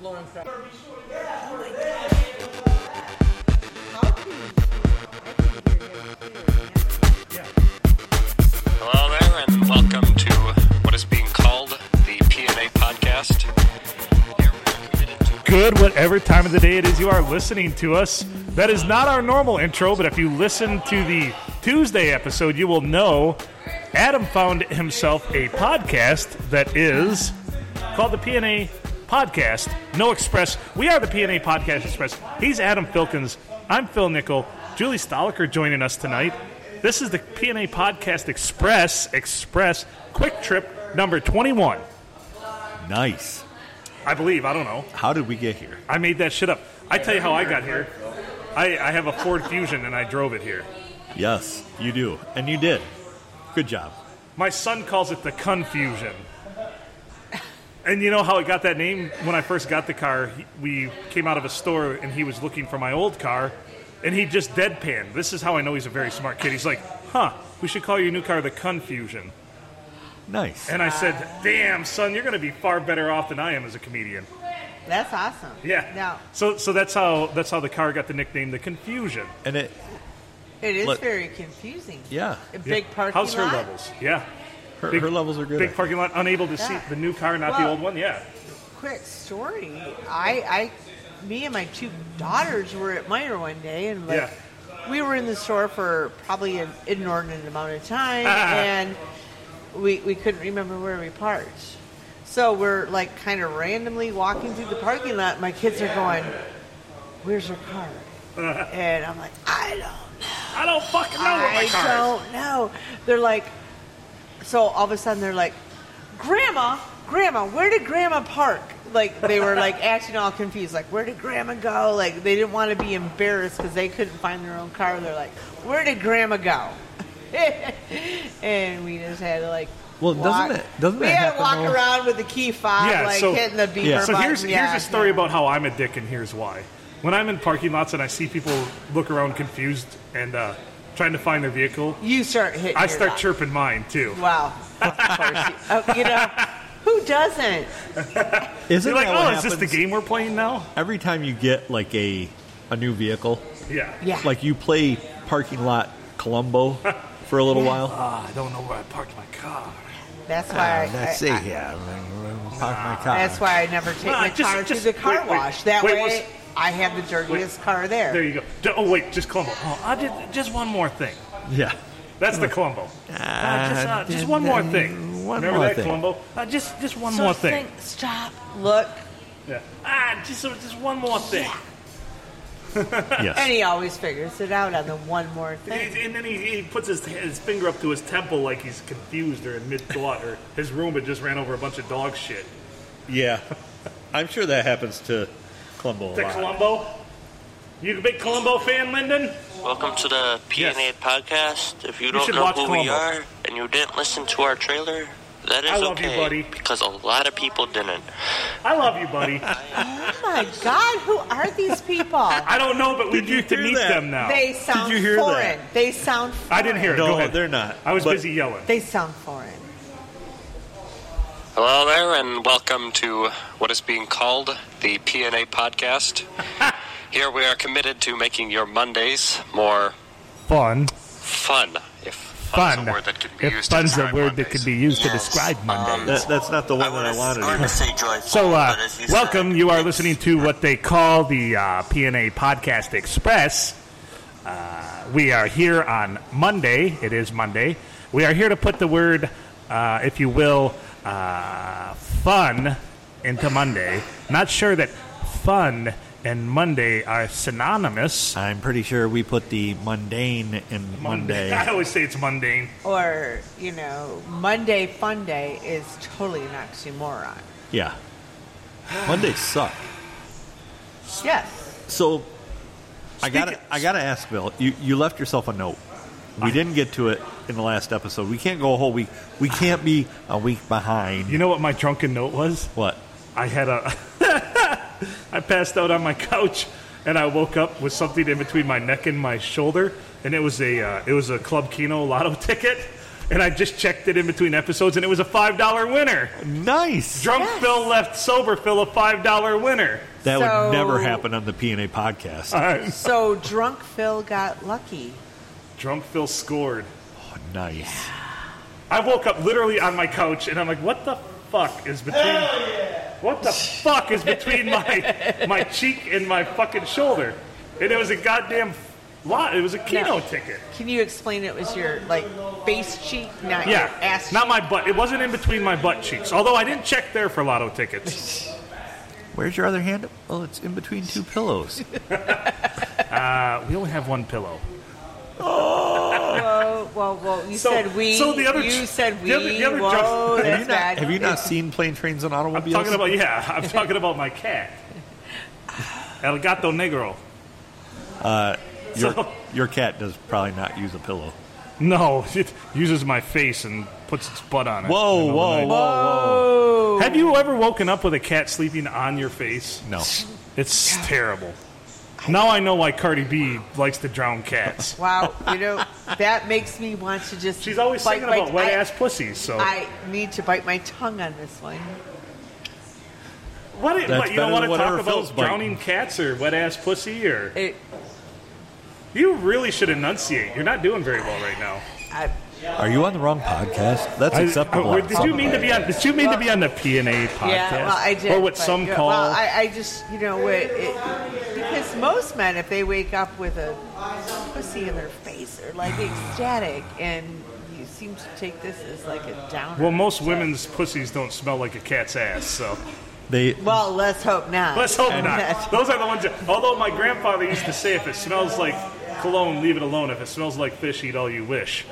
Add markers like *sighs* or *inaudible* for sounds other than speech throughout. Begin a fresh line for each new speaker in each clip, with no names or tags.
Lauren Strike.
Hello there, and welcome to what is being called the PNA podcast. Here we are committed to
good whatever time of the day it is you are listening to us. That is not our normal intro, but if you listen to the Tuesday episode, you will know Adam found himself a podcast that is called the PNA Podcast. No Express. We are the PNA Podcast Express. He's Adam Filkins. I'm Phil Nickel. Julie Stoliker joining us tonight. This is the PNA Podcast Express Express Quick Trip number 21.
Nice.
I believe. I don't know.
How did we get here?
I made that shit up. I tell you how I got here. I, I have a Ford Fusion and I drove it here.
Yes, you do. And you did. Good job.
My son calls it the Confusion. And you know how I got that name? When I first got the car, he- we came out of a store and he was looking for my old car and he just deadpanned. This is how I know he's a very smart kid. He's like, huh, we should call your new car the Confusion.
Nice.
And I said, damn, son, you're going to be far better off than I am as a comedian.
That's awesome.
Yeah.
Now,
So, so that's how that's how the car got the nickname the Confusion.
And it,
it is
Look.
very confusing.
yeah,
A big parking
How's her
lot.
levels? Yeah.
her,
Big-
her levels are good.
Big parking lot, unable to see
Yeah.
the new car, not the
Well-
old one. Yeah.
Quick story. I, I, me and my two daughters were at Meyer one day, and like, we were in the store for probably an inordinate amount of time, and we we couldn't remember where we parked. So we're like kind of randomly walking through the parking lot. My kids are going, "Where's her car?" and I'm like, "I don't
I don't fucking know what my
I
car is.
don't know. They're like, so all of a sudden they're like, Grandma, Grandma, where did Grandma park? Like they
*laughs*
were like acting all confused, like where did Grandma go? Like they didn't want to be embarrassed because they couldn't find their own car. They're like, where did Grandma go? *laughs* and we just had to like.
Well, doesn't
walk-
it- doesn't
we
it
had to
happen
walk
all-
around with the key fob,
Yeah,
like
so-
hitting the beeper
Yeah.
So here's
button.
here's a story about how I'm a dick, and here's why. When I'm in parking lots and I see people look around confused and uh, trying to find their vehicle,
you start hitting.
I
your
start
lock.
chirping mine too. *laughs*
Wow, of course. You, oh, you know who doesn't?
Isn't
You're like,
that what
oh, is this the
happens?
game we're playing now?
Every time you get like a a new vehicle,
Yeah.
Yeah.
like you play parking lot Columbo for a little while.
Ah, I don't know where I parked my car.
Oh, That's why. I, I- I-
Yeah, park my car.
That's why I never take
Nah,
my
Ah, just-
car
just-
to the
wait,
car
wait.
wash. that
Wait,
way,
what's-
I have the dirtiest car there.
There you go. D- Oh wait, just Columbo. Oh, I did just one more thing.
yeah.
That's the Columbo. Uh, just, uh, just one more thing.
One
Remember
more
that
thing.
Columbo? Uh, just just one
So
more thing.
think- stop. Look,
Yeah. Ah, just uh, just one more thing.
and
Yes.
he always figures it out on the one more thing.
And, and then he, he puts his, his finger up to his temple like he's confused or in mid thought, or his room had just ran over a bunch of dog shit.
Yeah. I'm sure that happens to Columbo a
The
lot.
Columbo? You a big Columbo fan, Lyndon?
Welcome to the PNA
Yes.
podcast. If you, don't
should
know
watch
who we
Columbo.
are and you didn't listen to our trailer, that is
I love you,
okay
buddy.
because a lot of people didn't.
I love you, buddy.
Oh my God, who are these
*laughs*
people?
I don't know, but we
Did you
need to
hear
meet
that?
them now.
They sound
you hear that?
foreign. They sound. Foreign.
I didn't hear it. Go
No,
ahead.
they're not.
I was
But-
busy yelling.
They sound foreign.
Hello there, and welcome to what is being called the PNA
*laughs*
podcast. Here we are committed to making your Mondays more
Fun.
fun. If fun's a word that can be used to describe Mondays. Um,
to
used
Yes. describe
Monday.
That, that's not the one that I wanted.
wanted to say joyful.
So, uh,
but as you
welcome.
said, *laughs*
You are
it's-
listening to what they call the uh, PNA Podcast Express. Uh, we are here on Monday. It is Monday. We are here to put the word, uh, if you will, uh, fun into Monday. Not sure that fun and Monday are synonymous.
I'm pretty sure we put the mundane in
*laughs*
Monday.
I always say it's mundane.
Or you know, Monday Fun Day is totally an oxymoron.
Yeah. Mondays suck.
Yes.
So I gotta I gotta ask Bill, you, you left yourself a note. We didn't get to it in the last episode. We can't go a whole week. We can't be a week behind.
You know what my drunken note was?
what?
I had a. *laughs* I passed out on my couch, and I woke up with something in between my neck and my shoulder, and it was a uh, it was a Club Keno lotto *laughs* ticket, and I just checked it in between episodes, and it was a five dollar winner.
Nice.
Drunk
Yes.
Phil left sober Phil a five dollar winner.
That
So-
would never happen on the PNA podcast.
So drunk Phil got lucky.
Drunk Phil scored.
Oh, nice.
I woke up literally on my couch, and I'm like, what the fuck is between? What the fuck is between my my cheek and my fucking shoulder? And it was a goddamn lot. It was a keno ticket.
Can you explain it was your like face cheek, not
Yeah,
your ass
not my butt. It wasn't in between my butt cheeks. Although I didn't check there for lotto tickets.
Where's your other hand? Oh, it's in between
*laughs*
two pillows.
Uh, we only have one pillow.
Whoa, whoa, whoa! You
So-
said we.
so the other
you
ch-
said we.
the other- the other
whoa,
judge-
that's
have you not,
bad.
have you not seen plane, trains, and
I'm
automobiles?
talking about yeah. *laughs* I'm talking about my cat. El gato negro.
your, your cat does probably not use a pillow.
No, *laughs* it uses my face and puts its butt on it. in
Whoa,
the middle of the
whoa,
night.
whoa, whoa!
Oh,
Have you ever woken up with a cat sleeping on your face?
No,
It's terrible. Now I know why Cardi B likes to drown
*laughs*
cats.
wow! You know that makes me want to just.
She's always
bite
singing
my-
about wet
I-
ass pussies. So
I need to bite my tongue on this one.
what? It,
That's
what you don't
better
want
than
to
whatever
talk
Phil's
about
biting.
drowning cats or wet ass pussy or
It,
you really should enunciate. You're not doing very well right now.
I,
are you on the wrong podcast? That's
I-
acceptable.
I- did you mean to be on? Did you mean to be on the P and A podcast?
yeah, well, I did.
or what
but,
some
yeah,
call?
Well, I, I just, you know, what it, because most men, if they wake up with a pussy in their face, they're like ecstatic, and you seem to take this as like a downer.
well, most women's pussies don't smell like a cat's ass, so
They
Well, let's hope not.
let's hope not. Those are the ones. That, although my grandfather used to say, if it smells like cologne, leave it alone. If it smells like fish, eat all you wish.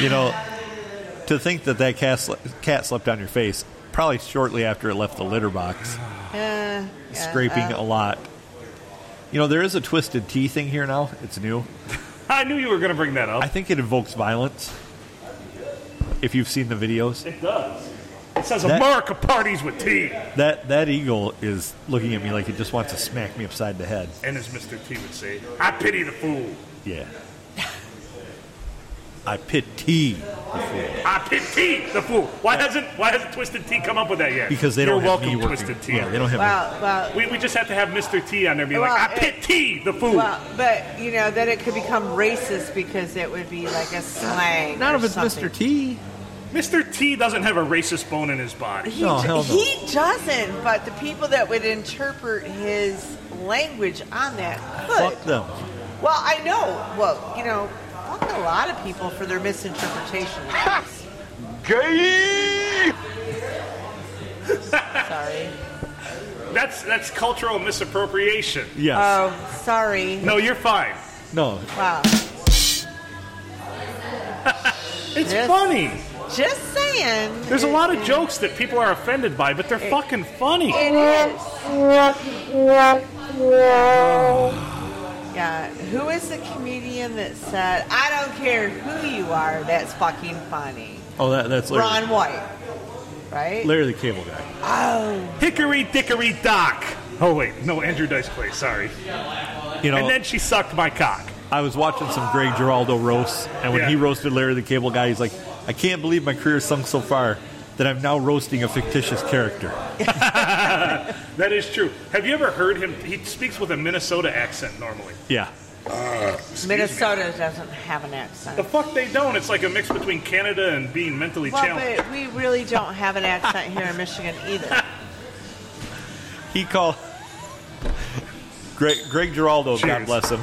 You know, to think that that cat, sl- cat slept on your face probably shortly after it left the litter box,
Uh, *sighs* yeah,
scraping
uh,
a lot. You know, there is a twisted tea thing here now. It's new.
I knew you were going to bring that
I
up.
think it invokes violence. If you've seen the videos,
It does. It says
That-
America parties with tea,
that that eagle is looking at me like it just wants to smack me upside the head.
and as Mr. T would say, I pity the fool.
*laughs*
Yeah. I pit tea
I pity the fool. Why hasn't Why hasn't Twisted Tea come up with that yet?
because they
You're
don't have
welcome,
me working.
Twisted Tea.
Yeah, they don't have me.
*laughs* Well, well,
We, we just have to have Mr. T on there and be
Well,
like, I
it-
pity the fool.
well, but you know, then it could become racist because it would be like a slang.
Not
or
if it's
something.
Mr. T.
Mr. T doesn't have a racist bone in his body.
He,
No,
d-
hell no.
he doesn't, but the people that would interpret his language on that could.
Fuck them.
Well, I know. Well, you know, fuck a lot of people for their
*laughs*
misinterpretation. Gay! sorry.
That's that's cultural misappropriation.
Yes.
Oh, sorry.
No, you're fine.
no.
Wow.
It's
Yes.
funny.
Just saying.
There's a
It-
lot of
it-
jokes that people are offended by, but they're fucking funny.
It is. Yeah. Who is the comedian that said, I don't care who you are, that's fucking funny?
Oh, that, that's Larry,
Ron White. Right?
Larry the Cable Guy.
Oh.
Hickory dickory dock. Oh wait, no, Andrew Dice Clay. Sorry.
You know,
And then she sucked my cock.
I was watching some Greg Giraldo roasts, and when
Yeah.
he roasted Larry the Cable Guy, he's like, "I can't believe my career sunk so far that I'm now roasting a fictitious character."
That is true. Have you ever heard him? He speaks with a Minnesota accent normally.
Yeah,
Minnesota doesn't have an accent.
The fuck they don't. It's like a mix between Canada and being mentally
Well,
challenged.
but we really don't have an accent here in Michigan
*laughs*
either.
he called *laughs* Greg Greg Giraldo.
Cheers.
God bless him.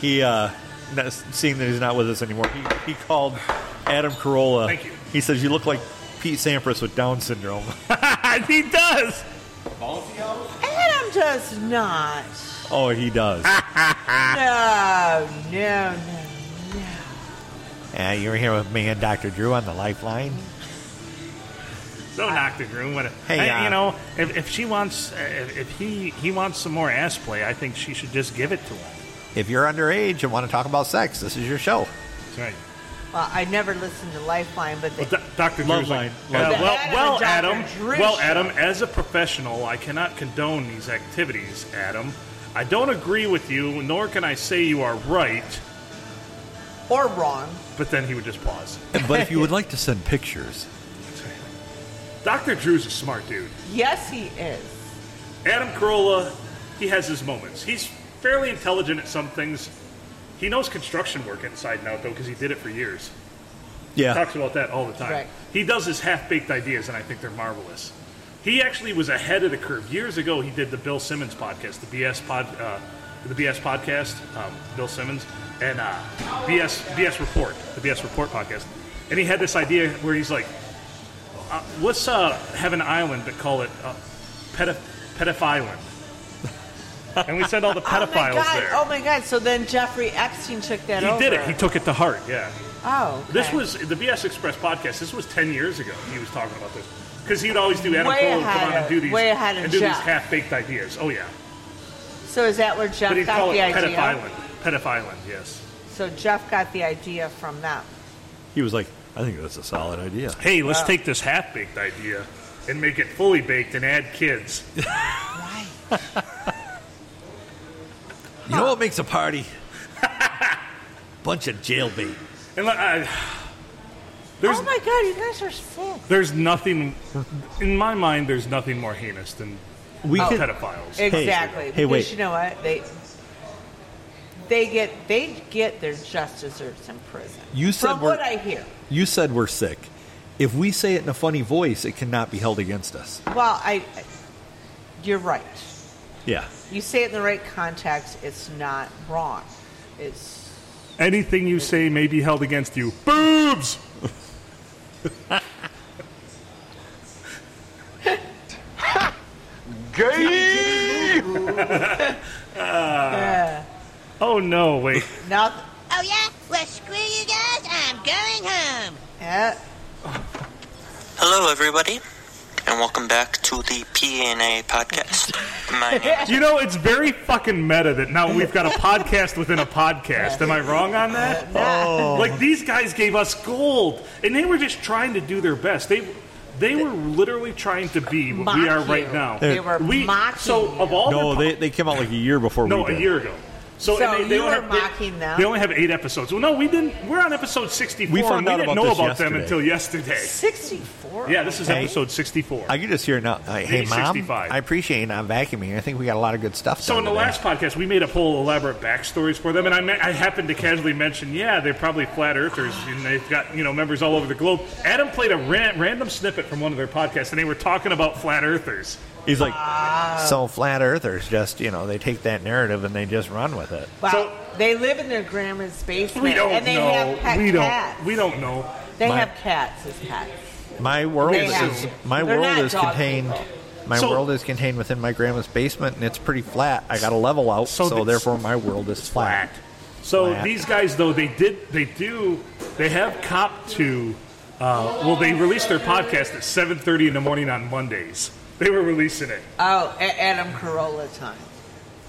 He, uh, not- seeing that he's not with us anymore, he, he called Adam Carolla.
Thank you.
He says, "You look like Pete Sampras with Down syndrome." *laughs*
*laughs* he does.
Adam does not.
oh, he does.
Ah.
No, no, no, no.
Uh, you were here with me and Dr. Drew on the Lifeline.
So knock the groom. What?
Hey,
Hey,
uh,
you know, if, if she wants, if, if he he wants some more ass play, I think she should just give it to him.
If you're underage and want to talk about sex, this is your show.
That's right.
Well, I never listened to Lifeline, but they,
Well, Doctor
Love
Drew's like,
line,
uh,
love
line.
well, well,
Adam and Dr.
Adam,
Drew
well,
show.
Adam, as a professional, I cannot condone these activities, Adam. I don't agree with you, nor can I say you are right.
or wrong.
But then he would just pause.
But if you would like to send pictures,
Dr. Drew's a smart dude.
Yes, he is.
Adam Carolla, he has his moments. He's fairly intelligent at some things. He knows construction work inside and out, though, because he did it for years.
yeah,
Talks about that all the time.
Right.
He does his half baked ideas, and I think they're marvelous. He actually was ahead of the curve. Years ago, he did the Bill Simmons podcast, the BS pod, uh, the BS podcast, um, Bill Simmons, and uh, BS BS report, the BS report podcast. And he had this idea where he's like, uh, "Let's uh, have an island, but call it uh, pedoph- pedoph island." and we sent all the
*laughs* Oh my
pedophiles
god!
there.
Oh my god! So then Jeffrey Epstein took that
he
over.
did it. He took it to heart. Yeah.
oh, okay.
This was the BS Express podcast. This was ten years ago. He was talking about this because he'd always do Adam
Way
Carolla would
ahead
come on and
of-
do these
way ahead of
and do these
Jeff.
half baked ideas. Oh yeah,
So is that where Jeff
but he'd
got
call it
the
Pedoph
idea?
Island. Pedoph Island, yes.
So Jeff got the idea from them.
he was like, I think that's a solid idea.
Hey, let's take this half baked idea and make it fully baked and add kids.
You know what makes a party? *laughs* Bunch of jailbait.
And like, I, there's
oh my god! You guys are sick.
there's nothing in my mind. There's nothing more heinous than
We
Oh.
could,
pedophiles.
Exactly.
hey,
because
wait.
You know what they. They get they get their just desserts in prison.
You said
from
we're-
what I hear.
You said we're sick. If we say it in a funny voice, it cannot be held against us.
Well, I, I- you're right.
Yeah.
You say it in the right context. It's not wrong. It's
Anything you say may be held against you. Boobs. Oh no! Wait.
not.
Oh yeah? Well, screw you guys. I'm going home.
eh,
Hello, everybody, and welcome back to the PNA podcast. My name
*laughs*
is
You know, it's very fucking meta that now we've got a podcast within a podcast. Am I wrong on that?
Oh.
Like these guys gave us gold, and they were just trying to do their best. They they were literally trying to be what
mock
we are
you.
right now.
They were
we,
mocking
So
you.
of all
No,
their
they, they came out like a year before
po- no
we did.
a year ago. So,
So
and they, they
you
only
were
have, they-
mocking them?
They only have eight episodes. Well, no, we didn't. We're on episode sixty-four.
We
and
found out
didn't
about
know
this
about them
yesterday.
until yesterday.
64.
Yeah, this is
Hey.
episode sixty-four.
I can just hear it now. Like, hey,
Maybe
mom,
65.
I appreciate you not vacuuming. I think we got a lot of good stuff.
So
done
in the
today.
last podcast, we made up whole elaborate backstories for them, and I, me- I happened to casually mention, yeah, they're probably flat earthers, and they've got you know members all over the globe. Adam played a ran- random snippet from one of their podcasts, and they were talking about flat earthers.
he's like,
Ah.
so flat earthers just you know they take that narrative and they just run with it.
Wow.
So-
they live in their grandma's basement.
We don't
and they
know.
have pet
we don't.
cats.
We don't know.
They
My-
have cats as pets.
My world
They
is
have-
my
they're
world
not
is
dog
contained.
people.
My
So-
world is contained within my grandma's basement, and it's pretty flat. I got a level out,
So
so,
the-
therefore my world is flat.
So
Flat.
these guys, though, they did, they do, they have cop to. Uh, well, they released their podcast at seven thirty in the morning on Mondays. They were releasing it.
Oh, A- Adam Carolla time.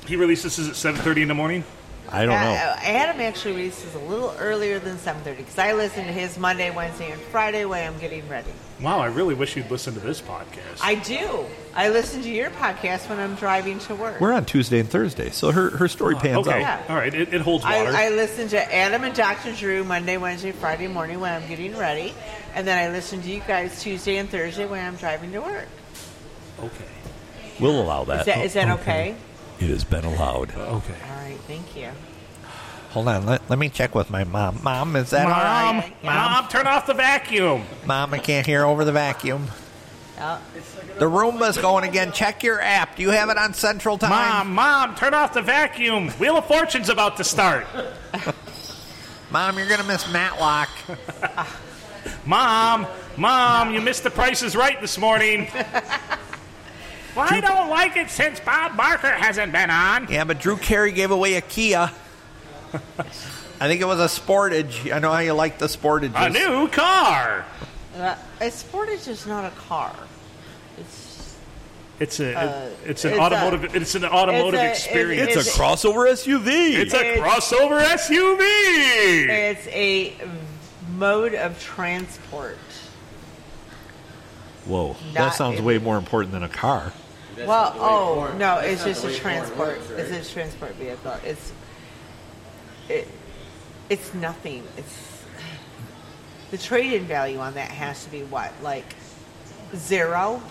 He releases this at seven thirty in the morning.
I don't
Uh,
know.
Adam actually releases a little earlier than 7:30 because I listen to his Monday, Wednesday, and Friday when I'm getting ready.
Wow, I really wish you'd listen to this podcast.
I do. I listen to your podcast when I'm driving to work.
We're on Tuesday and Thursday, so her her story
Oh,
pans
Okay,
out.
Yeah.
all right, it, it holds water.
I, I listen to Adam and Dr. Drew Monday, Wednesday, Friday morning when I'm getting ready, and then I listen to you guys Tuesday and Thursday when I'm driving to work.
okay,
We'll allow
Is that, is that okay?
It has been allowed.
okay.
All right, thank you.
Hold on, let, let me check with my mom. Mom, is that all right?
Mom, Mom,
turn off the vacuum.
Mom, I can't hear over the vacuum.
Oh,
The Roomba's going again. Check your app. Do you have it on Central Time?
mom, turn off the vacuum. Wheel of Fortune's about to start.
Mom, you're going to miss Matlock.
Mom, mom, you missed the prices right this morning. *laughs* well, I don't like it since Bob Barker hasn't been on.
Yeah, but Drew Carey gave away a Kia. I think it was a Sportage. I know how you like the Sportages.
A new car.
uh, a Sportage is not a car. It's
It's a it's an
Uh, it's a-
automotive it's an automotive
it's a-
experience.
It's a It's-
crossover SUV.
It's,
it's-
a crossover SUV.
it's a mode of transport.
Whoa,
Not-
that sounds way more important than a car.
well, oh no, it's just a transport. It's a transport vehicle. It's it. It's nothing. It's the trade-in value on that has to be what, like zero?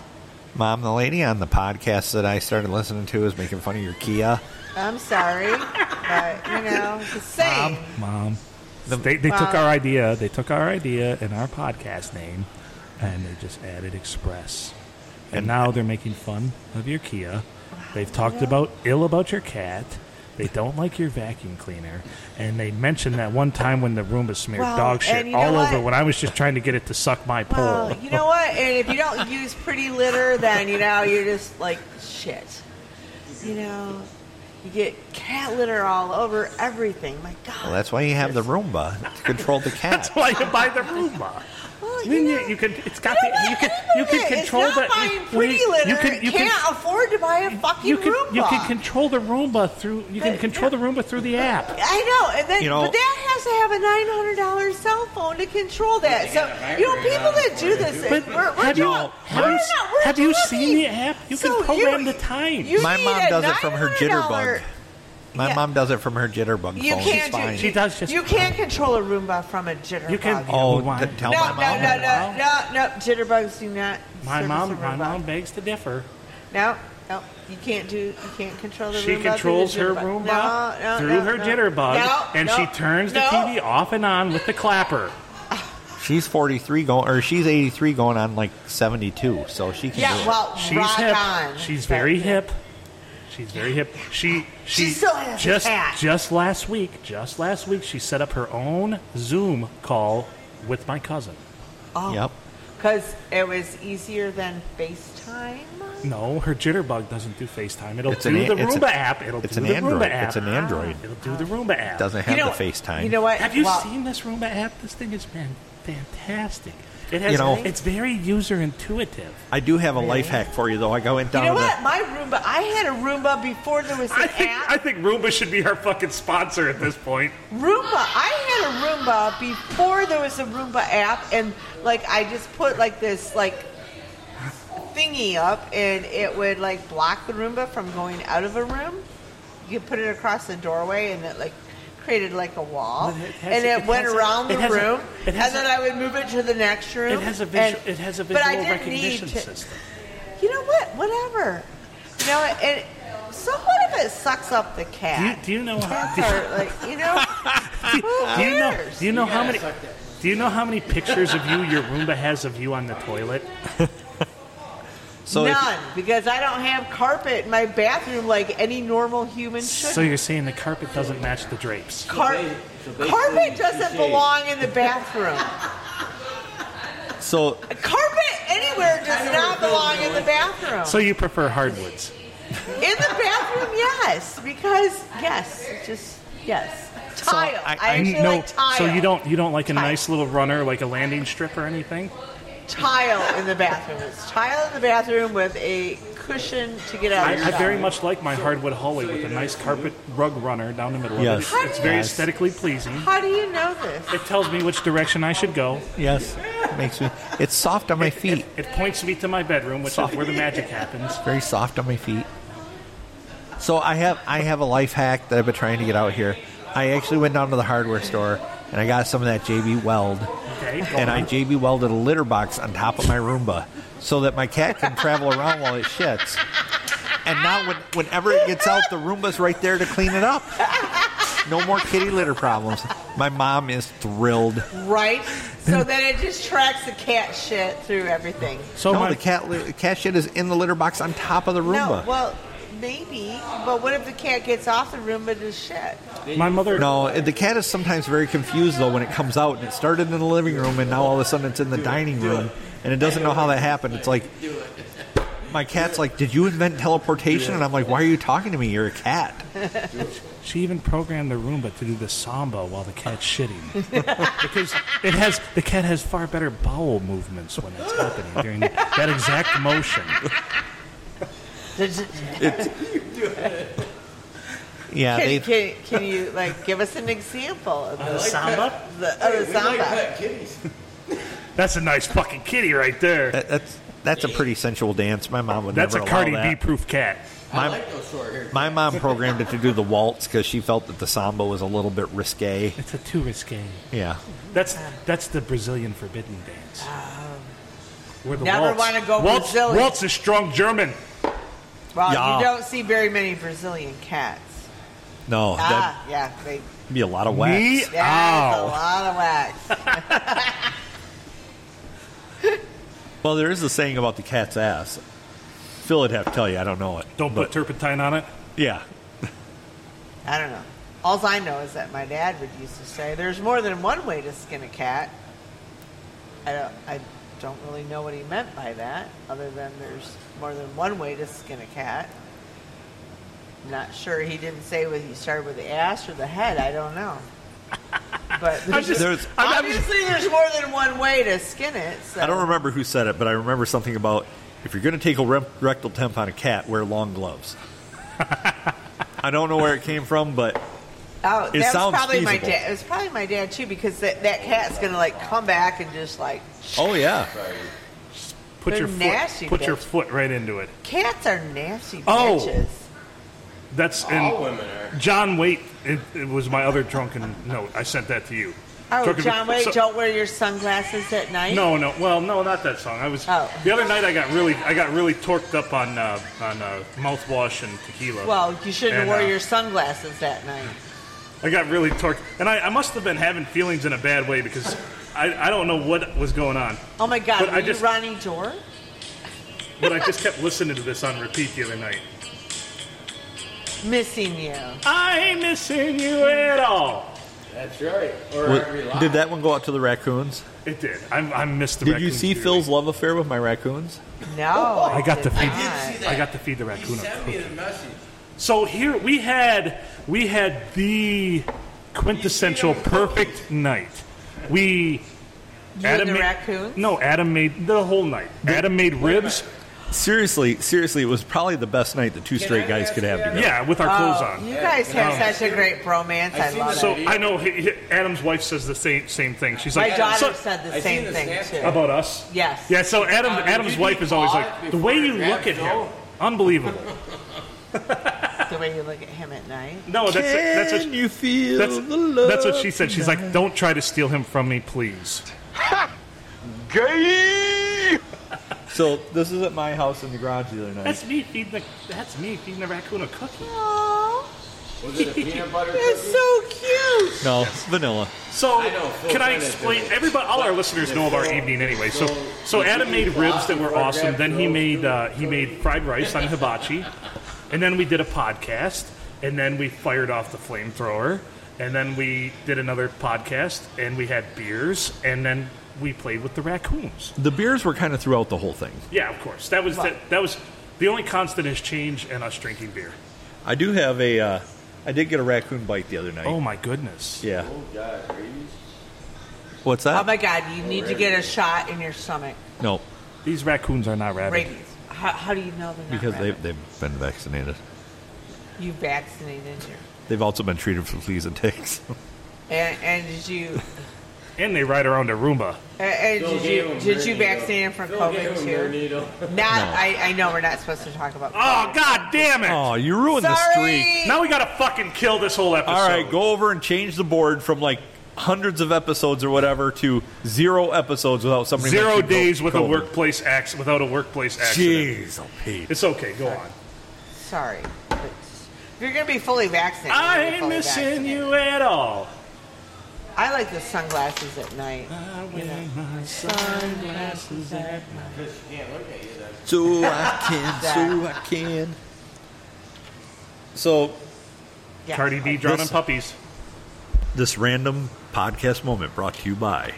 Mom, the lady on the podcast that I started listening to is making fun of your Kia.
I'm sorry, but you know, it's the *laughs* same.
Mom. They, they took our idea. They took our idea and our podcast name, and they just added Express. And now they're making fun of your Kia. They've talked about ill about your cat. They don't like your vacuum cleaner, and they mentioned that one time when the room was smeared
Well,
dog shit
and you know
all over
what?
when I was just trying to get it to suck my pole.
Well, you know what? And if you don't use pretty litter, then you know you're just like shit. You know, you get cat litter all over everything. My God.
Well, that's why you have the Roomba to control the cat.
*laughs* That's why you buy the Roomba.
Well,
You,
you know,
you can. It's got
I
the.
don't want
You can.
any
You
of
can
it.
control
it's not
the.
buying
you-
pretty
you,
litter.
you can. You
can't
can.
afford to buy a fucking
You can,
Roomba.
you can control the Roomba through. You can
But-
control the Roomba through the
*laughs*
app.
I know, and then,
You know-
but that has to have a $900 cell phone to control that. So, you know, people that do this,
But
we're, we're
have you,
doing,
have,
we're
you,
not- we're
have you seen the
doing-
app? You
So
can program the time.
you
My
need
mom
a
does it from her
$900
jitterbug. My
Yeah.
mom does it from her jitterbug
You
phone.
can't
She's
do
fine.
She does just-
You can't control a Roomba from a jitterbug.
you can.
Oh,
you know,
d-
my-
tell
no,
my
no,
mom.
no, no, no, no. Jitterbugs do not.
My
service a
mom. My
Roomba.
mom begs to differ.
No, no. You can't do. You can't control the
She
Roomba. through the
controls her
jitterbug.
Roomba
no, no,
through
no,
her
no.
jitterbug,
No,
and
no,
she turns the
no.
TV off and on with the clapper.
She's 43 going, or she's 83 going on like 72, so she can do
Yeah,
it.
well,
She's
rock
hip.
on.
She's
But-
very hip. She's very hip. She she,
still has a
just
cat.
just last week, just last week, she set up her own Zoom call with my cousin.
Oh,
Yep.
Because it was easier than FaceTime.
No, her jitterbug doesn't do FaceTime. It'll
It's
do
an
the
a- it's a-
Roomba app. It'll
it's
do
an
the
Android.
Roomba app.
It's an Android.
It'll do the Roomba app.
Doesn't have
you know,
the FaceTime.
You know what?
Have you
Well,
seen this Roomba app? This thing has been fantastic. It has.
You know-
it's very user intuitive.
I do have a life hack for you, though. I go in
You
down
know
to-
what? My Roomba. I had a Roomba before there was an
I think,
app.
I think Roomba should be our fucking sponsor at this point.
Roomba. I had a Roomba before there was a Roomba app, and like I just put like this like thingy up, and it would like block the Roomba from going out of a room. You could put it across the doorway, and it like created like a wall,
Well, it has-
and it,
it
went
has a-
around the
it has a-
room,
it has
and then
a-
I would move it to the next room.
It has a
and-
visual. It has a
but I
visual
didn't need
recognition
to-
system.
*laughs* You know what? Whatever. You know, and so what if it sucks up the
Do you,
cat?
do you know how? *laughs*
Cats
Do,
are like you know. *laughs*
do
who
you know?
cares?
Do you know how many? Do you know how many pictures of you your Roomba has of you on the toilet?
so if-
None, because I don't have carpet in my bathroom like any normal human should.
So you're saying the carpet doesn't match the drapes?
Car-
So ba- so basically
carpet
you
doesn't
say-
belong in the bathroom.
*laughs*
so
carpet anywhere does not belong in the bathroom.
So you prefer hardwoods?
in the bathroom, yes, because yes, it just yes. Tile. I,
I-
actually
no.
like tile.
so you don't you don't like a
Tile.
nice little runner like a landing strip or anything?
tile in the bathroom. It's tile in the bathroom with a cushion to get out.
I,
of your
I
shower.
very much like my hardwood hallway with a nice carpet rug runner down the middle
Yes.
of it. It's very
Yes.
aesthetically pleasing.
How do you know this?
It tells me which direction I should go.
yes, makes me. It's soft
*laughs*
on my feet.
It points me to my bedroom, which is where the magic happens.
Very soft on my feet. So I have I have a life hack that I've been trying to get out here. I actually went down to the hardware store and I got some of that JB Weld,
Okay. go
and I
on.
JB welded a litter box on top of my Roomba so that my cat can travel around while it shits. And now, when, whenever it gets out, the Roomba's right there to clean it up. No more kitty litter problems. My mom is thrilled. *laughs*
Right? So then it just tracks the cat shit through everything.
so
no,
my
the cat li- cat shit is in the litter box on top of the
No,
Roomba.
well, maybe, but what if the cat gets off the room but just shit?
my mother
No, the cat is sometimes very confused though when it comes out, and it started in the living room, and now all of a sudden it's in the dining room, and it doesn't know how that happened. It's like my cat's like, "Did you invent teleportation?" And I'm like, "Why are you talking to me? You're a cat."
She even programmed the Roomba to do the samba while the cat's shitting, *laughs* because it has the cat has far better bowel movements when that's happening during that exact motion.
*laughs*
Yeah,
Can,
they
can, can you like give us an example of the
Samba?
the, of the
We like
samba?
pet kitties.
That's a nice fucking kitty right there.
that, that's That's a pretty sensual dance. My mom would
That's a
never allow
Cardi
that.
B proof cat.
My-
I like those short hair.
My mom programmed it to do the waltz because she felt that the samba was a little bit risque.
It's a too risque.
Yeah.
That's that's the Brazilian forbidden dance. Where the
Um, Never
waltz.
wanna go
waltz,
Brazilian.
Waltz is strong German.
Well,
Yeah.
you don't see very many Brazilian cats.
No,
Ah, yeah, they.
that'd be a lot of wax.
Me?
That's a
Ow.
lot of wax.
Well, there is a saying about the cat's ass. Phil would have to tell you. I don't know it.
Don't put turpentine on it.
Yeah.
I don't know. All I know is that my dad would used to say, "There's more than one way to skin a cat." I don't. I don't really know what he meant by that, other than there's more than one way to skin a cat. I'm not sure. He didn't say whether he started with the ass or the head. I don't
*laughs*
know. But there's
just-
There's,
I'm- I'm just-
obviously there's more than one way to skin it. So
I don't remember who said it, but I remember something about if you're going to take a rem- rectal temp on a cat, wear
*laughs*
long gloves. I don't know where it came from, but
Oh,
It
that was
sounds
probably my
feasible.
dad. It was probably my dad too, because that, that cat's gonna like come back and just like
oh yeah,
Put
They're
your foot,
nasty,
put your
bitch.
foot right into it.
cats are nasty
Oh.
bitches.
That's
All
and
women are.
John Waite. It, it was my other drunken note. I sent that to you.
Oh,
Drunken-
John Wait,
so-
don't wear your sunglasses at night.
No, no. Well, no, not that song. I was
Oh.
the other night. I got really, I got really torqued up on uh, on uh, mouthwash and tequila.
Well, you shouldn't have
And,
wore
uh,
your sunglasses that night.
I got really torqued, and I, I must have been having feelings in a bad way because I, I don't know what was going on,
Oh my God,
But
were
I
you
just-
Ronnie Dore?
but I just kept listening to this on repeat the other night.
Missing you.
I ain't missing you at all.
That's right. Or Harvey
Wa-
Lyle.
did that one go out to the raccoons?
It did. I, I missed the.
Did you
raccoons
see
dearly.
Phil's love affair with my raccoons?
No,
I got
did
the feed.
not.
I did see that.
I got to feed the
He
raccoon. a
sent me the message.
So here we had we had the quintessential perfect night. We
You and the raccoons?
No, Adam made the whole night. Adam made ribs.
Seriously, seriously, it was probably the best night the two straight
I
guys
ask
could have
you-
together.
Yeah, with our clothes
Oh,
on.
you guys have
Yeah.
such a great bromance. I,
I've seen
love
that.
it.
So I know he- he- Adam's wife says the same same thing. She's
My
like
daughter
so-
said the
I
same
seen the
thing
Snapchat.
too.
about us.
Yes.
Yeah. So Adam
Uh,
Adam's
did you
wife is always
pause
like the
before
way
you
you
grab
look at him.
Joel?"
Unbelievable.
The way you look at him at night.
No, that's it. that's what
you feel
that's, that's what she said. She's like, "Don't try to steal him from me, please."
So this is at my house in the garage the other night.
That's me feeding the. That's me feeding the raccoon a cookie.
Was it a peanut butter
It's
cookie?
so cute.
no, it's vanilla.
So
I know, Phil
can I
kinda
explain?
did it.
Everybody, all our listeners know of our evening anyway. So, so Adam made ribs that were awesome. Then he made uh, he made fried rice on hibachi, and then we did a podcast, and then we fired off the flamethrower, and then we did another podcast, and we had beers, and then we played with the raccoons.
The beers were kind of throughout the whole thing.
Yeah, of course. That was the, that was the only constant is change and us drinking beer.
I do have a. Uh, I did get a raccoon bite the other night.
Oh my goodness!
yeah.
Oh, God. Are you
What's
Oh
that?
my God, you need to get a shot in your stomach.
no,
These raccoons are not rabid.
Rabies. How, how do you know they're not
because they
rabid?
they've been vaccinated.
you vaccinated you.
They've also been treated for fleas and ticks. *laughs*
And, and did you
and they ride around a Roomba.
And,
Phil
and
gave
Uh, did
him
you did you
Marinito.
vaccinate him for
Phil gave
COVID
him their
too?
needle.
Not I, I know we're not supposed to talk about.
Oh god damn it!
oh, you ruined the streak.
Sorry.
Now we gotta fucking kill this whole episode.
All right, go over and change the board from like hundreds of episodes or whatever to zero episodes without somebody.
Zero
mentioning
days with a
COVID.
workplace acc- without a workplace accident.
Jeez, oh, Pete.
It's okay. Go on.
Sorry, but if you're gonna be fully vaccinated.
I
you're
ain't
fully
missing
vaccinated.
you at all.
I like the sunglasses at night.
So I can, so I can. So
Yeah.
Cardi B drowning
This-
puppies.
This random podcast moment brought to you by.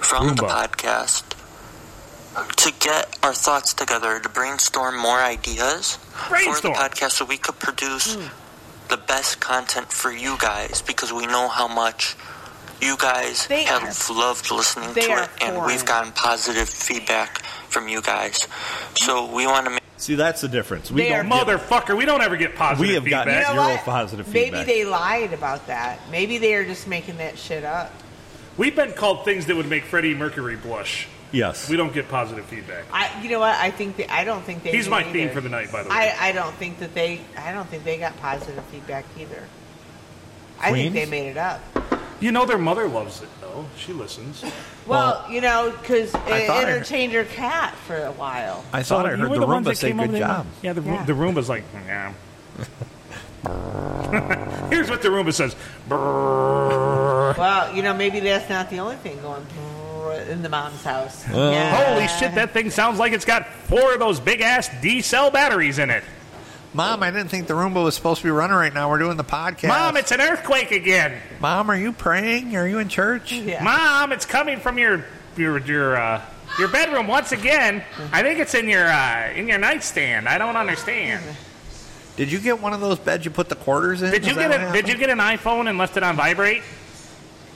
from the
Roomba.
podcast to get our thoughts together to brainstorm more ideas for the
Brainstorm.
podcast so we could produce
Hmm.
the best content for you guys because we know how much you guys
They
have loved listening
they
to
are
it and
foreign.
we've gotten positive feedback from you guys so we want to make
See, that's the difference. We
They
don't.
are-
get-
Motherfucker, we don't ever get positive
We have
feedback.
gotten-
You know
zero
what?
positive
Maybe
feedback.
they lied about that. Maybe they are just making that shit up.
We've been called things that would make Freddie Mercury blush.
Yes.
We don't get positive feedback.
I, you know what? I think that I don't think they.
He's
do
my
either.
theme for the night, by the way.
I, I don't think that they. I don't think they got positive feedback either. I
Queens?
think they made it up.
you know, their mother loves it though. She listens.
Well, you know, because
I
it
thought I-
entertained her cat for a while.
I thought I
you
heard
were
the
ones
Roomba
that
say
came
good
over there.
job.
Yeah, the,
Yeah.
the Roomba's like,
*laughs*
yeah. *laughs* Here's what the Roomba says. Brrrr.
Well, you know, maybe that's not the only thing going in the mom's house. Uh,
Holy shit, that thing sounds like it's got four of those big ass D cell batteries in it.
Mom, I didn't think the Roomba was supposed to be running right now. We're doing the podcast.
Mom, it's an earthquake again.
Mom, are you praying? Are you in church?
Yeah.
Mom, it's coming from your your your uh, your bedroom once again. I think it's in your uh, in your nightstand. I don't understand.
Did you get one of those beds you put the quarters in?
Did you
Is that
get a,
what
did you get an iPhone and left it on vibrate?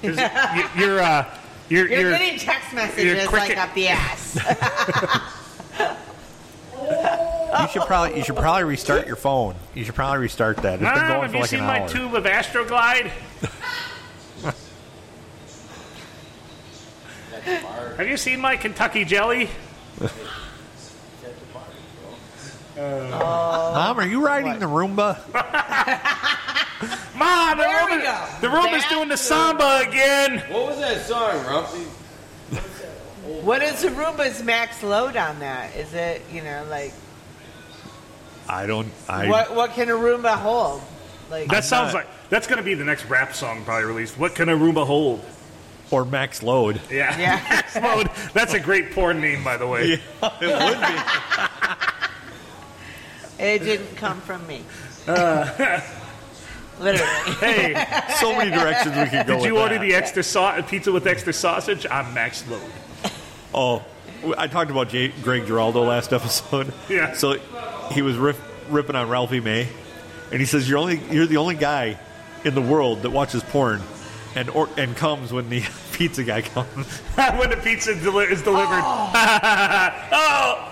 'Cause y- You're uh, you're,
You're,
you're-
getting text messages
cricket-
like up the ass.
happened? You should probably you should probably restart your phone. You should probably restart that. It's been
Mom,
going
have
for
you
like
seen
an
my
hour.
tube of Astroglide?
*laughs*
have you seen my Kentucky Jelly?
Mom, are you riding
What?
the Roomba?
Mom, the
There
room,
we
is,
go.
the room is
Back
doing the
to-
samba again.
What was that song, Rumpy?
what is the Roomba's max load on that? Is it you know like
I don't. I
what what can a Roomba hold? Like
That sounds
not-
like that's going to be the next rap song probably released. What can a Roomba hold?
or max load.
Yeah. *laughs*
*laughs* yeah.
Explode. That's a great porn name, by the way.
It didn't come from me. *laughs* Literally.
*laughs* Hey,
So many directions we could go.
did you
with
order
that.
the extra sau- pizza with extra sausage? I'm Max Load. *laughs*
Oh, I talked about J- Greg Giraldo last *laughs* episode.
Yeah.
So he was riff- ripping on Ralphie May, and he says, "You're only you're the only guy in the world that watches porn." And, or, and comes when the *laughs* pizza guy comes. *laughs*
when the pizza deli- is delivered. *laughs* Oh.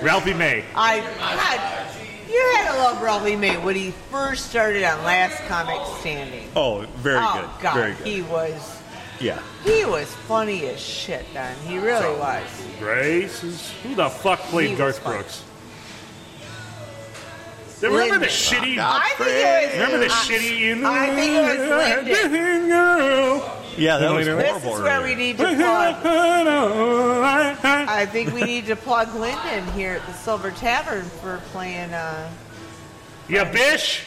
Ralphie May.
I God, you had a love Raleigh May when he first started on Last Comic Standing.
Oh, very
oh
good.
God,
Very good.
he was
yeah.
he was funny as shit then. He really was.
Graces. Who the fuck
He
played
was
Garth
fun.
Brooks? Remember the
Linda.
shitty.
I think it was uh,
Remember the
I-
shitty. You know,
I think it was Linden.
Yeah, that was
This
horrible.
This is where we
earlier.
*laughs*
need to plug. I think we need to plug Linden here at the Silver Tavern for playing uh,
Yeah, bish.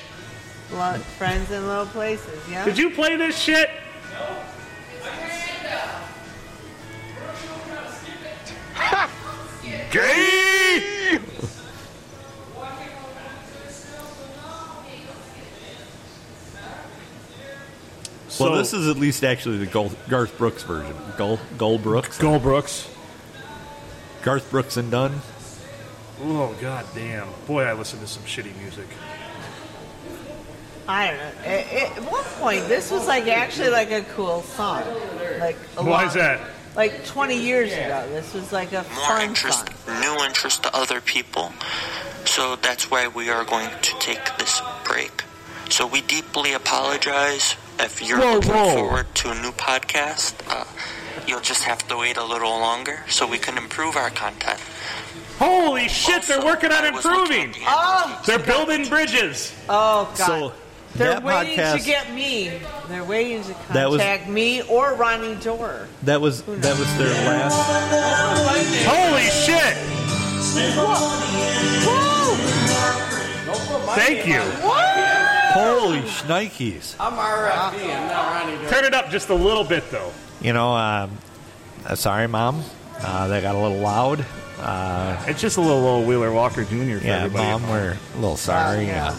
lo- Friends in Low Places. Yeah.
Did you play this
*laughs*
shit? Gay!
Well, this is at least actually the Gol- Garth Brooks version. Gol- Gol Brooks?
Gold Brooks.
Garth Brooks and Dunn?
Oh god damn. Boy, I listen to some shitty music.
I don't know. At, at one point, this was like actually like a cool song. Like a
Why
lot-
is that?
Like 20 years ago, this was like a
more
fun
interest,
song.
new interest to other people. So that's why we are going to take this break. So we deeply apologize if you're
Whoa,
looking
whoa.
forward to a new podcast. Uh, you'll just have to wait a little longer so we can improve our content.
Holy shit,
Also,
they're working on
I was looking
improving!
at the-
Oh,
They're building bridges!
oh God.
So
They're
that
waiting
podcast
to get me. They're waiting to
That was-
contact me or Ronnie Dorr.
that was that was their last
Holy shit! Thank you.
holy shnikes.
I'm RFD. I'm not Ronnie. Dor-
Turn it up just a little bit though.
You know, um, uh, sorry, mom. Uh, that got a little loud. Uh,
It's just a little old Wheeler Walker Jr. for
yeah,
everybody.
mom, we're a little sorry.
Yeah.
Uh,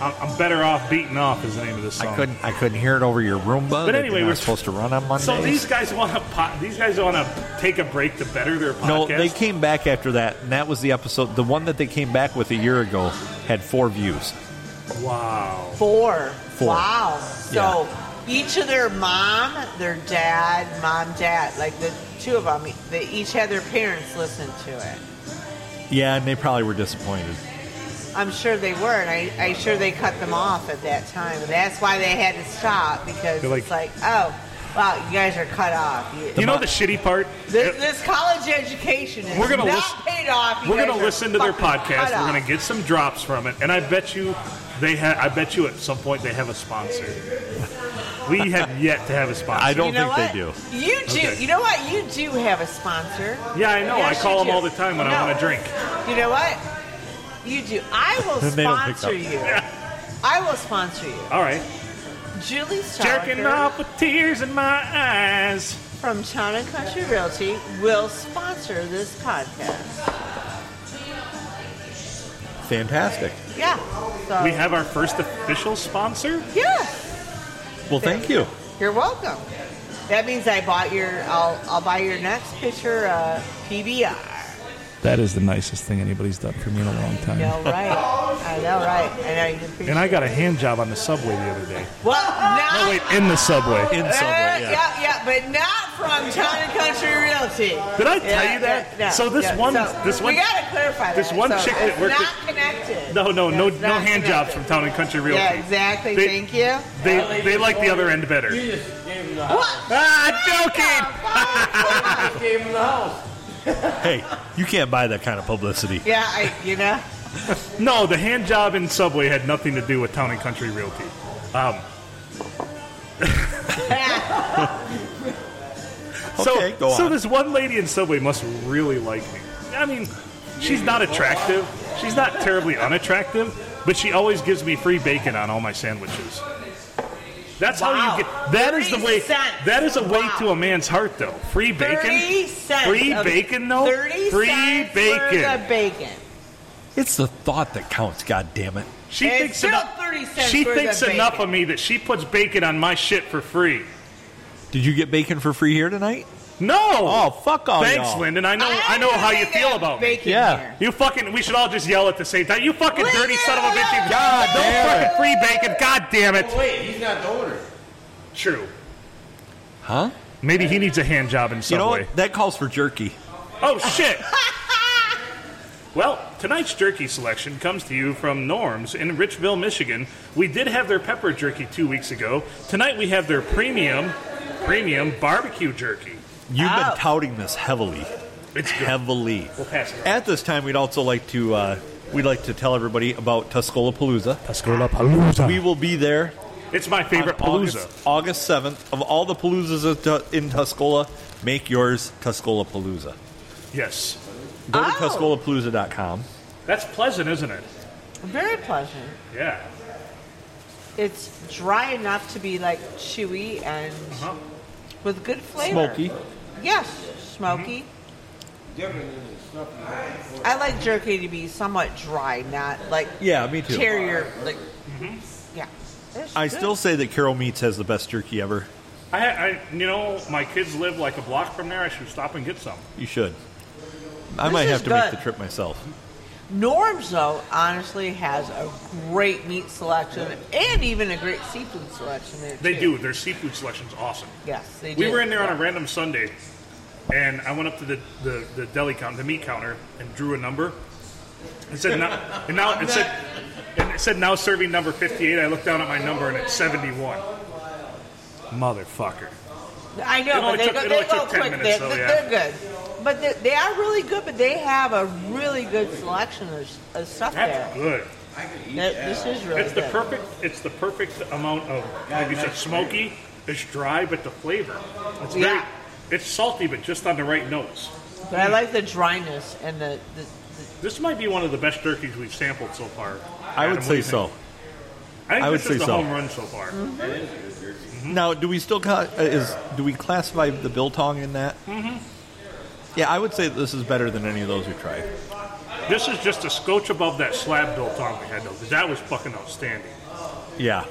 I'm, I'm better off beating off is the name of this song.
I couldn't I couldn't hear it over your Roomba.
But
that
anyway,
you're not
we're-
supposed to run on Mondays.
So these guys want to po- these guys want to take a break to better their podcast.
no, they came back after that, and that was the episode. The one that they came back with a year ago had four views.
Wow.
Four.
Four.
Wow. So each of their mom, their dad, mom, dad, like the two of them, they each had their parents listen to it.
Yeah, and they probably were disappointed.
I'm sure they were, and I, I sure they cut them off at that time. And that's why they had to stop because
They're like-
it's like, oh, Wow, you guys are cut off. You,
You know the shitty part?
this, this college education is
We're gonna
not
listen-
paid off. You
We're
guys
gonna
are
listen to their
fucking
podcast.
cut
We're
off.
gonna get some drops from it, and I bet you they have. I bet you at some point they have a sponsor. we have yet to have a sponsor.
I don't-
You know
think they
what? You do.
Okay.
You know what? You do have a sponsor.
Yeah, I know.
Yes,
I call
you
them all
do.
the time when I
No.
want to drink.
You know what? You do. I
*laughs*
will
They don't pick
sponsor
up.
you. I will sponsor you.
All right,
Julie
jerking
Starker
off with tears in my eyes.
from Town and Country Realty will sponsor this podcast.
Fantastic.
Yeah. So,
We have our first official sponsor.
Yeah.
Well, thank you.
You're welcome. That means I bought your. I'll, I'll buy your next picture. Uh, PBR.
That is the nicest thing anybody's done for me in a long time.
No right. I know right. I know you appreciate.
And I got a hand job on the subway the other day.
Well, not.
No, wait, in the subway.
In
Uh,
Subway, yeah.
yeah, yeah, but not from Town and Country Realty.
Did I
Yeah,
tell you that?
yeah, yeah,
so this
yeah.
one,
So
this one,
We gotta clarify
this
that.
one
So
chick that
it's
worked
Not
at-
connected.
no, no, no,
It's
no
not
hand jobs from
connected.
Town and Country Realty.
Yeah, exactly.
They-
Thank you.
They they like the other end better.
You just gave him the
What?
Ah,
Oh,
house. Gave him the house.
Hey, you can't buy that kind of publicity.
yeah, I, you know. *laughs*
joking. No, the hand job in Subway had nothing to do with Town and Country Realty. Um, so,
Okay, go
so
on.
this one lady in Subway must really like me. I mean, she's not attractive. She's not terribly unattractive, but she always gives me free bacon on all my sandwiches. That's how
Wow.
you get. That is the
30
way.
cents.
That is a way
Wow.
to a man's heart, though. Free bacon.
Thirty cents.
Free
of-
bacon, though?
Thirty
Free
cents
bacon.
worth of bacon.
It's the thought that counts. God damn it.
She
It's
thinks
still
enough.
30 cents
she
worth
thinks
of
enough
bacon.
of me that she puts bacon on my shit for free.
Did you get bacon for free here tonight?
No.
Oh, fuck all
Thanks,
y'all.
Lyndon. I know. I, know
don't
how you
think
feel
they
about
have
me.
bacon
Yeah.
here.
You fucking. We should all just yell at the same time. You fucking
Leave
dirty
it
son of a bitch! You
alone.
God
no
damn
fucking free bacon. God damn it.
Wait, he's not the owner.
True.
Huh?
Maybe he needs a hand job in
You know
Subway.
what? That calls for jerky.
Oh shit. *laughs* Well, tonight's jerky selection comes to you from Norms in Richville, Michigan. We did have their pepper jerky two weeks ago. Tonight we have their premium, premium barbecue jerky.
You've
Ow.
been touting this heavily.
It's good.
Heavily.
We'll pass it.
At this time, we'd also like to uh, we'd like to tell everybody about Tuscola Palooza. We will be there
It's my favorite
on
palooza.
August, August 7th. Of all the paloozas in Tu- in Tuscola, make yours Tuscola Palooza.
Yes.
Go to
Oh.
TuscolaPalooza.com.
That's pleasant, isn't it?
Very pleasant.
Yeah.
It's dry enough to be like chewy and
Uh-huh.
with good flavor.
Smoky.
Yes, smoky.
Mm-hmm.
Different than the stuff you had before.
I like jerky to be somewhat dry, not like
Yeah, me too.
terrier. Like,
Mm-hmm.
yeah. It's
I
good.
still say that Carol Meats has the best jerky ever.
I, I, you know, my kids live like a block from there. I should stop and get some.
You should. I
This
might
is
have to make
good.
the trip myself.
Norm's though honestly has a great meat selection and even a great seafood selection there.
They
too.
do. Their seafood selection's awesome.
Yes, they do.
We were in there on a random Sunday, and I went up to the, the, the deli counter, the meat counter, and drew a number. It said now, and now it said, and it said now serving number fifty-eight. I looked down at my number, and it's seventy-one. Motherfucker.
I know,
It only
but they
took-
go,
it
they
only
go
took 10
quick.
minutes,
they're,
though,
they're good, but they, they are really good. But they have a really good selection of, of stuff
That's
there.
good.
That- this is really
It's the
good.
perfect. It's the perfect amount of like you said, smoky. It's dry, but the flavor. It's very.
Yeah.
It's salty, but just on the right notes.
But I like the dryness and the, the, the
This might be one of the best jerkies we've sampled so far.
I
Adam,
would
what do
say
you think?
so.
I think
I would
this is
say
the
so.
home run so far.
Now, do we still ca- uh, is do we classify the biltong in that? Mm-hmm. Yeah, I would say that this is better than any of those we tried.
This is just a scotch above that slab built on we had though, because that was fucking outstanding.
Yeah,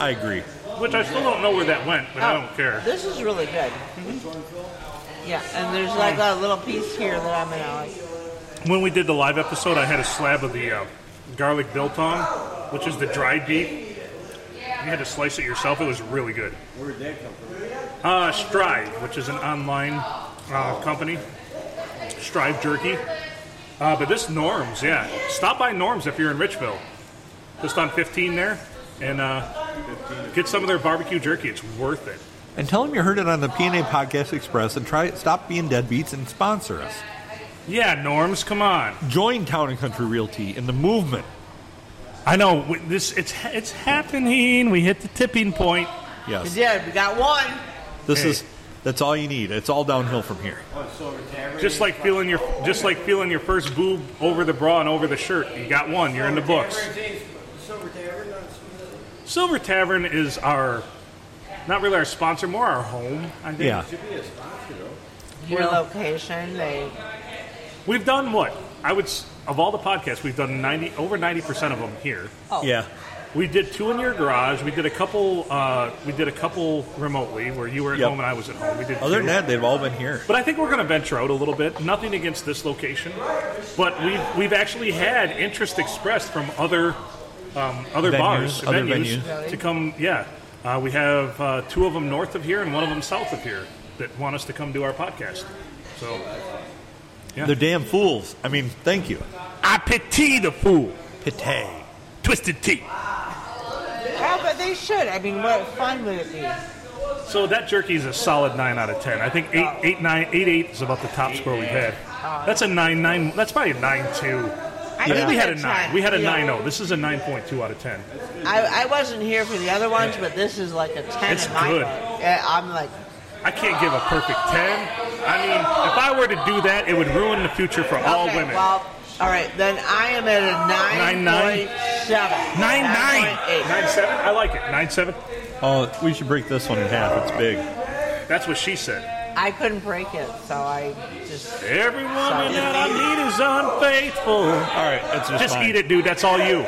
I agree.
Which I still don't know where that went, but I don't care.
This is really good. Mm-hmm. Yeah, and there's like a little piece here that I'm gonna like.
When we did the live episode, I had a slab of the uh, garlic biltong, which is the dried beef. You had to slice it yourself. It was really good.
Where'd that come from?
Uh, Strive, which is an online uh, company, Strive Jerky. Uh, but this Norms, yeah. Stop by Norms if you're in Richville, just on 15 there, and uh, get some of their barbecue jerky. It's worth it.
and tell them you heard it on the PNA Podcast Express and try stop being deadbeats and sponsor us.
Yeah, Norms, come on.
Join Town and Country Realty in the movement.
I know w- this. It's ha- it's happening. We hit the tipping point.
We
Yes,
did. We got one.
this
Hey.
is that's all you need. It's all downhill from here.
Just like feeling your just like feeling your first boob over the bra and over the shirt. You got one. You're in the books.
Silver Tavern, not Smith.
Silver Tavern is our not really our sponsor, more our home. I think.
Yeah,
Should be a sponsor though.
Your
Well-
location. They
We've done what I would s- of all the podcasts we've done ninety over ninety percent of them here.
yeah.
We did two in your garage. We did a couple. Uh, we did a couple remotely where you were at
Yep.
home and I was at home. We did.
Other
two.
than that, they've all been here.
But I think we're going to venture out a little bit. Nothing against this location, but we've we've actually had interest expressed from other um, other
Venues,
bars,
other
venues, to come. Yeah, uh, we have uh, two of them north of here and one of them south of here that want us to come do our podcast. So
They're damn fools. I mean, thank you.
I pity the fool,
Pite.
twisted tea.
Yeah, but they should. I mean, what fun would it be?
So that jerky is a solid nine out of ten. I think eight, eight, nine, eight, eight is about the top score we've had. That's a nine, nine. That's probably a nine two.
I
I think we had a
that's
nine.
fun.
We had a
Yeah.
nine oh. zero. This is a nine point two out of ten.
I, I wasn't here for the other ones, but this is like a ten.
It's
in my
good.
book. Yeah, I'm like,
I can't give a perfect 10. I mean, if I were to do that, it would ruin the future for all
okay,
women.
Well, all right, then I am at a
Nine,
nine
nine?
point seven.
9 9.
9.8.
9 7? I like it. 9 7?
Oh, we should break this one in half. It's big.
That's what she said.
I couldn't break it, so I just.
Every woman that I meet is unfaithful.
All right, it's just,
Just
fine.
eat it, dude. That's all you.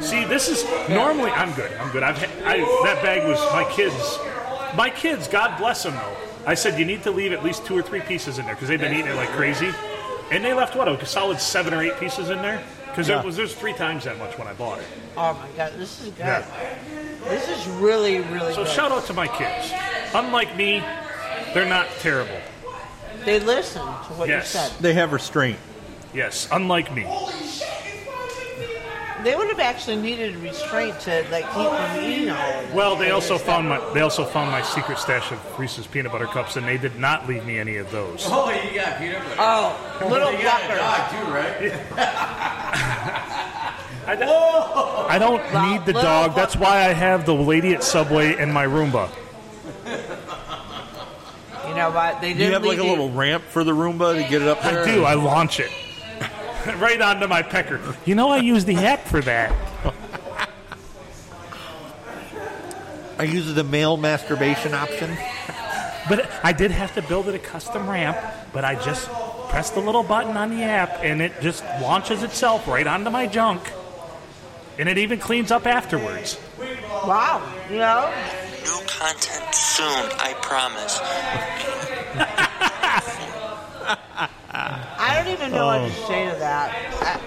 See, this is normally I'm good. I'm good. I've ha- I, that bag was my kids. My kids, God bless them though. I said you need to leave at least two or three pieces in there because they've been eating it like crazy, and they left what a solid seven or eight pieces in there because
Yeah.
there was there's three times that much when I bought it.
Oh my god, this is good.
Yeah.
This is really, really
So
good.
shout out to my kids. Unlike me, they're not terrible.
They listened to what
Yes.
you said.
They have restraint.
Yes, unlike me.
They would have actually needed restraint to like keep from eating all of it.
Well, they also found my they also found my secret stash of Reese's peanut butter cups, and they did not leave me any of those.
Oh, you got peanut butter.
Oh, little
you got a
Whopper.
dog too, right?
I don't, I don't
Wow,
need the
little
dog.
fuck.
That's why I have the lady at Subway and my Roomba.
You know what? They
Do
didn't
you have like
leave
a little ramp for the Roomba to get it up there?
I do. I launch it *laughs* right onto my pecker. You know, I use the app for that.
I use the male masturbation option.
But I did have to build it a custom ramp. But I just press the little button on the app, and it just launches itself right onto my junk. And it even cleans up afterwards.
Wow. You know?
New content soon, I promise.
I don't even know what
Oh.
to say to that. I,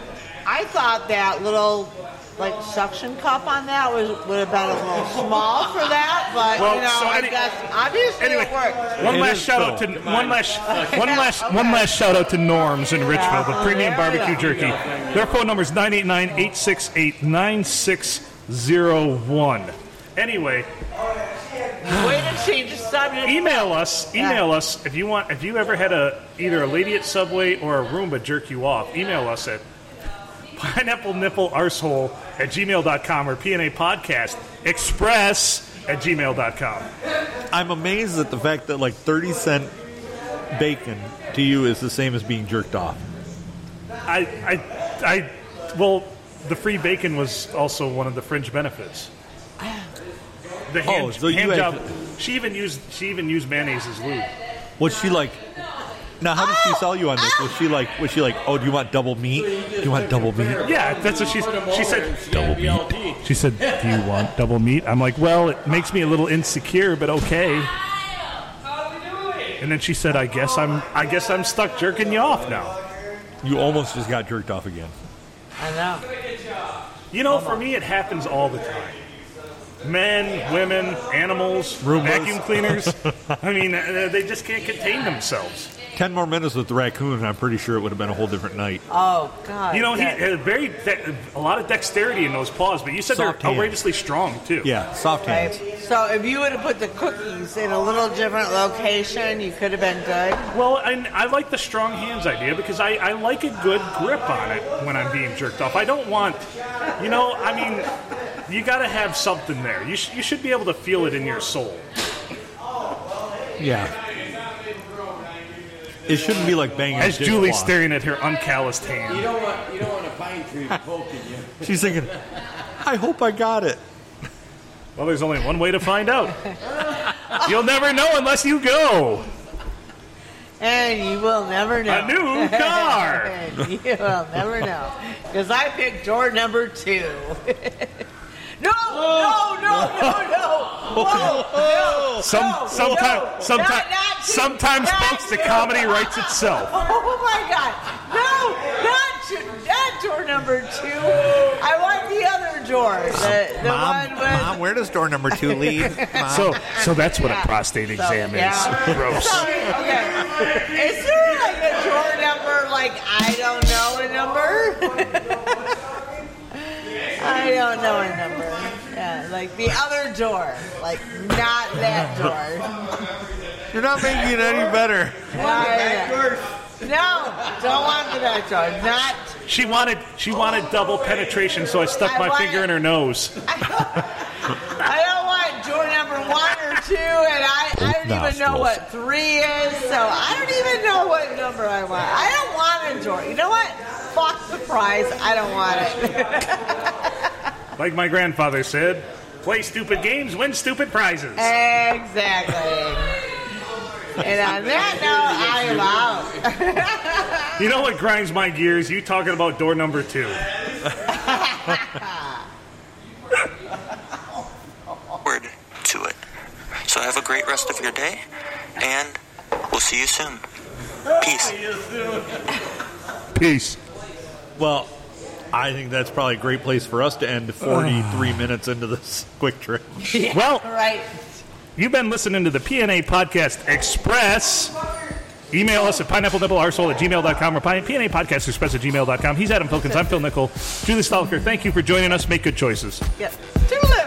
I thought that little like suction cup on that was would have been a little small for that, but
Well,
you know,
so any-
I guess obviously
Anyway,
it worked.
one
It
last
is
shout out to
cool.
one last one
Yeah,
last
okay.
one last shout out to Norms in Richmond, the
Yeah,
premium
there we
barbecue
go.
jerky. Their phone number is 989-868-9601. Anyway,
Way to change the subject.
email us. Email us if you want. If you ever had a either a lady at Subway or a Roomba jerk you off, email us at pineapple nipple arsehole at gmail.com or PNA podcast express at gmail.com.
I'm amazed at the fact that like 30 cent bacon to you is the same as being jerked off.
I, I, I, well, the free bacon was also one of the fringe benefits. The hand,
Oh, so you
hand job.
actually-
She even used she even used mayonnaise as lube.
Was she like? Now, how did she sell you on this? Was she like? Was she like? Oh, do you want double meat? Do you want double meat?
Yeah, that's what she's. She said.
Double meat. She said, "Do you want
Double meat. I'm like, well, it makes me a little insecure, but okay. And then she said, I guess I'm I guess I'm stuck jerking you off now.
You almost just got jerked off again.
I know.
You know, for me, it happens all the time. Men, women, animals,
Roombas. *laughs*
vacuum cleaners. I mean, uh, they just can't contain themselves.
Ten more minutes with the raccoon, and I'm pretty sure it would have been a whole different night.
Oh God!
You know, he
that-
had very de- a lot of dexterity in those paws, but you said
Soft
they're
hands.
outrageously strong too.
yeah, soft
Right.
hands.
So if you would have put the cookies in a little different location, you could have been good.
Well, and I like the strong hands idea because I, I like a good grip on it when I'm being jerked off. I don't want, you know, I mean, you got to have something there. You, sh- you should be able to feel it in your soul.
Yeah. It shouldn't be like banging. a
As Julie's
dishwasher.
staring at her uncalloused
You
hand.
don't want you don't want a pine tree poking you.
she's thinking, "I hope I got it."
Well, there's only one way to find *laughs* out. You'll never know unless you go.
And you will never know.
A
*laughs*
new car.
you will never know. Because I picked door number two. *laughs* no, no, no, no,
*laughs*
no. Whoa, no,
Some,
no,
sometime,
no.
sometime,
Not- not two,
sometimes,
not
folks, the
two.
comedy writes itself.
*laughs* Oh my God! No, not two, not door number two. I want the other door. The, the
Mom,
one with
mom, where does door number
*laughs*
two lead? Mom.
So, so that's what a
Yeah.
prostate
So,
exam
yeah.
is. Gross.
*laughs* Sorry, okay. Is there like a door number? Like I don't know a number. *laughs* I don't know a number. Yeah, like the other door, like not that door.
You're not making it any better.
Why- No, don't want the back door. Not.
She wanted she wanted double penetration, so I stuck
I
my
want-
finger in her nose.
I don't want door number one or two, and I, I don't even know what three is. So I don't even know what number I want. I don't want a door. You know what? Fuck the prize. I don't want it.
Like my grandfather said, play stupid games, win stupid prizes.
Uh, Exactly. and on that note, I am out.
You know what grinds my gears? You talking about door number two.
Forward to it. So have a great rest of your day, and we'll see you soon. Peace.
Peace.
Well, I think that's probably a great place for us to end 43 minutes into this *laughs* quick trip.
Well,
Right.
you've been listening to the PNA Podcast Express. Email us at pineapplenipplearsehole at gmail.com or PNA Podcast Express at gmail.com. He's Adam Pilkins. I'm Phil Nickel. Julie Stalker, thank you for joining us. Make good choices.
Yep. Toodaloo.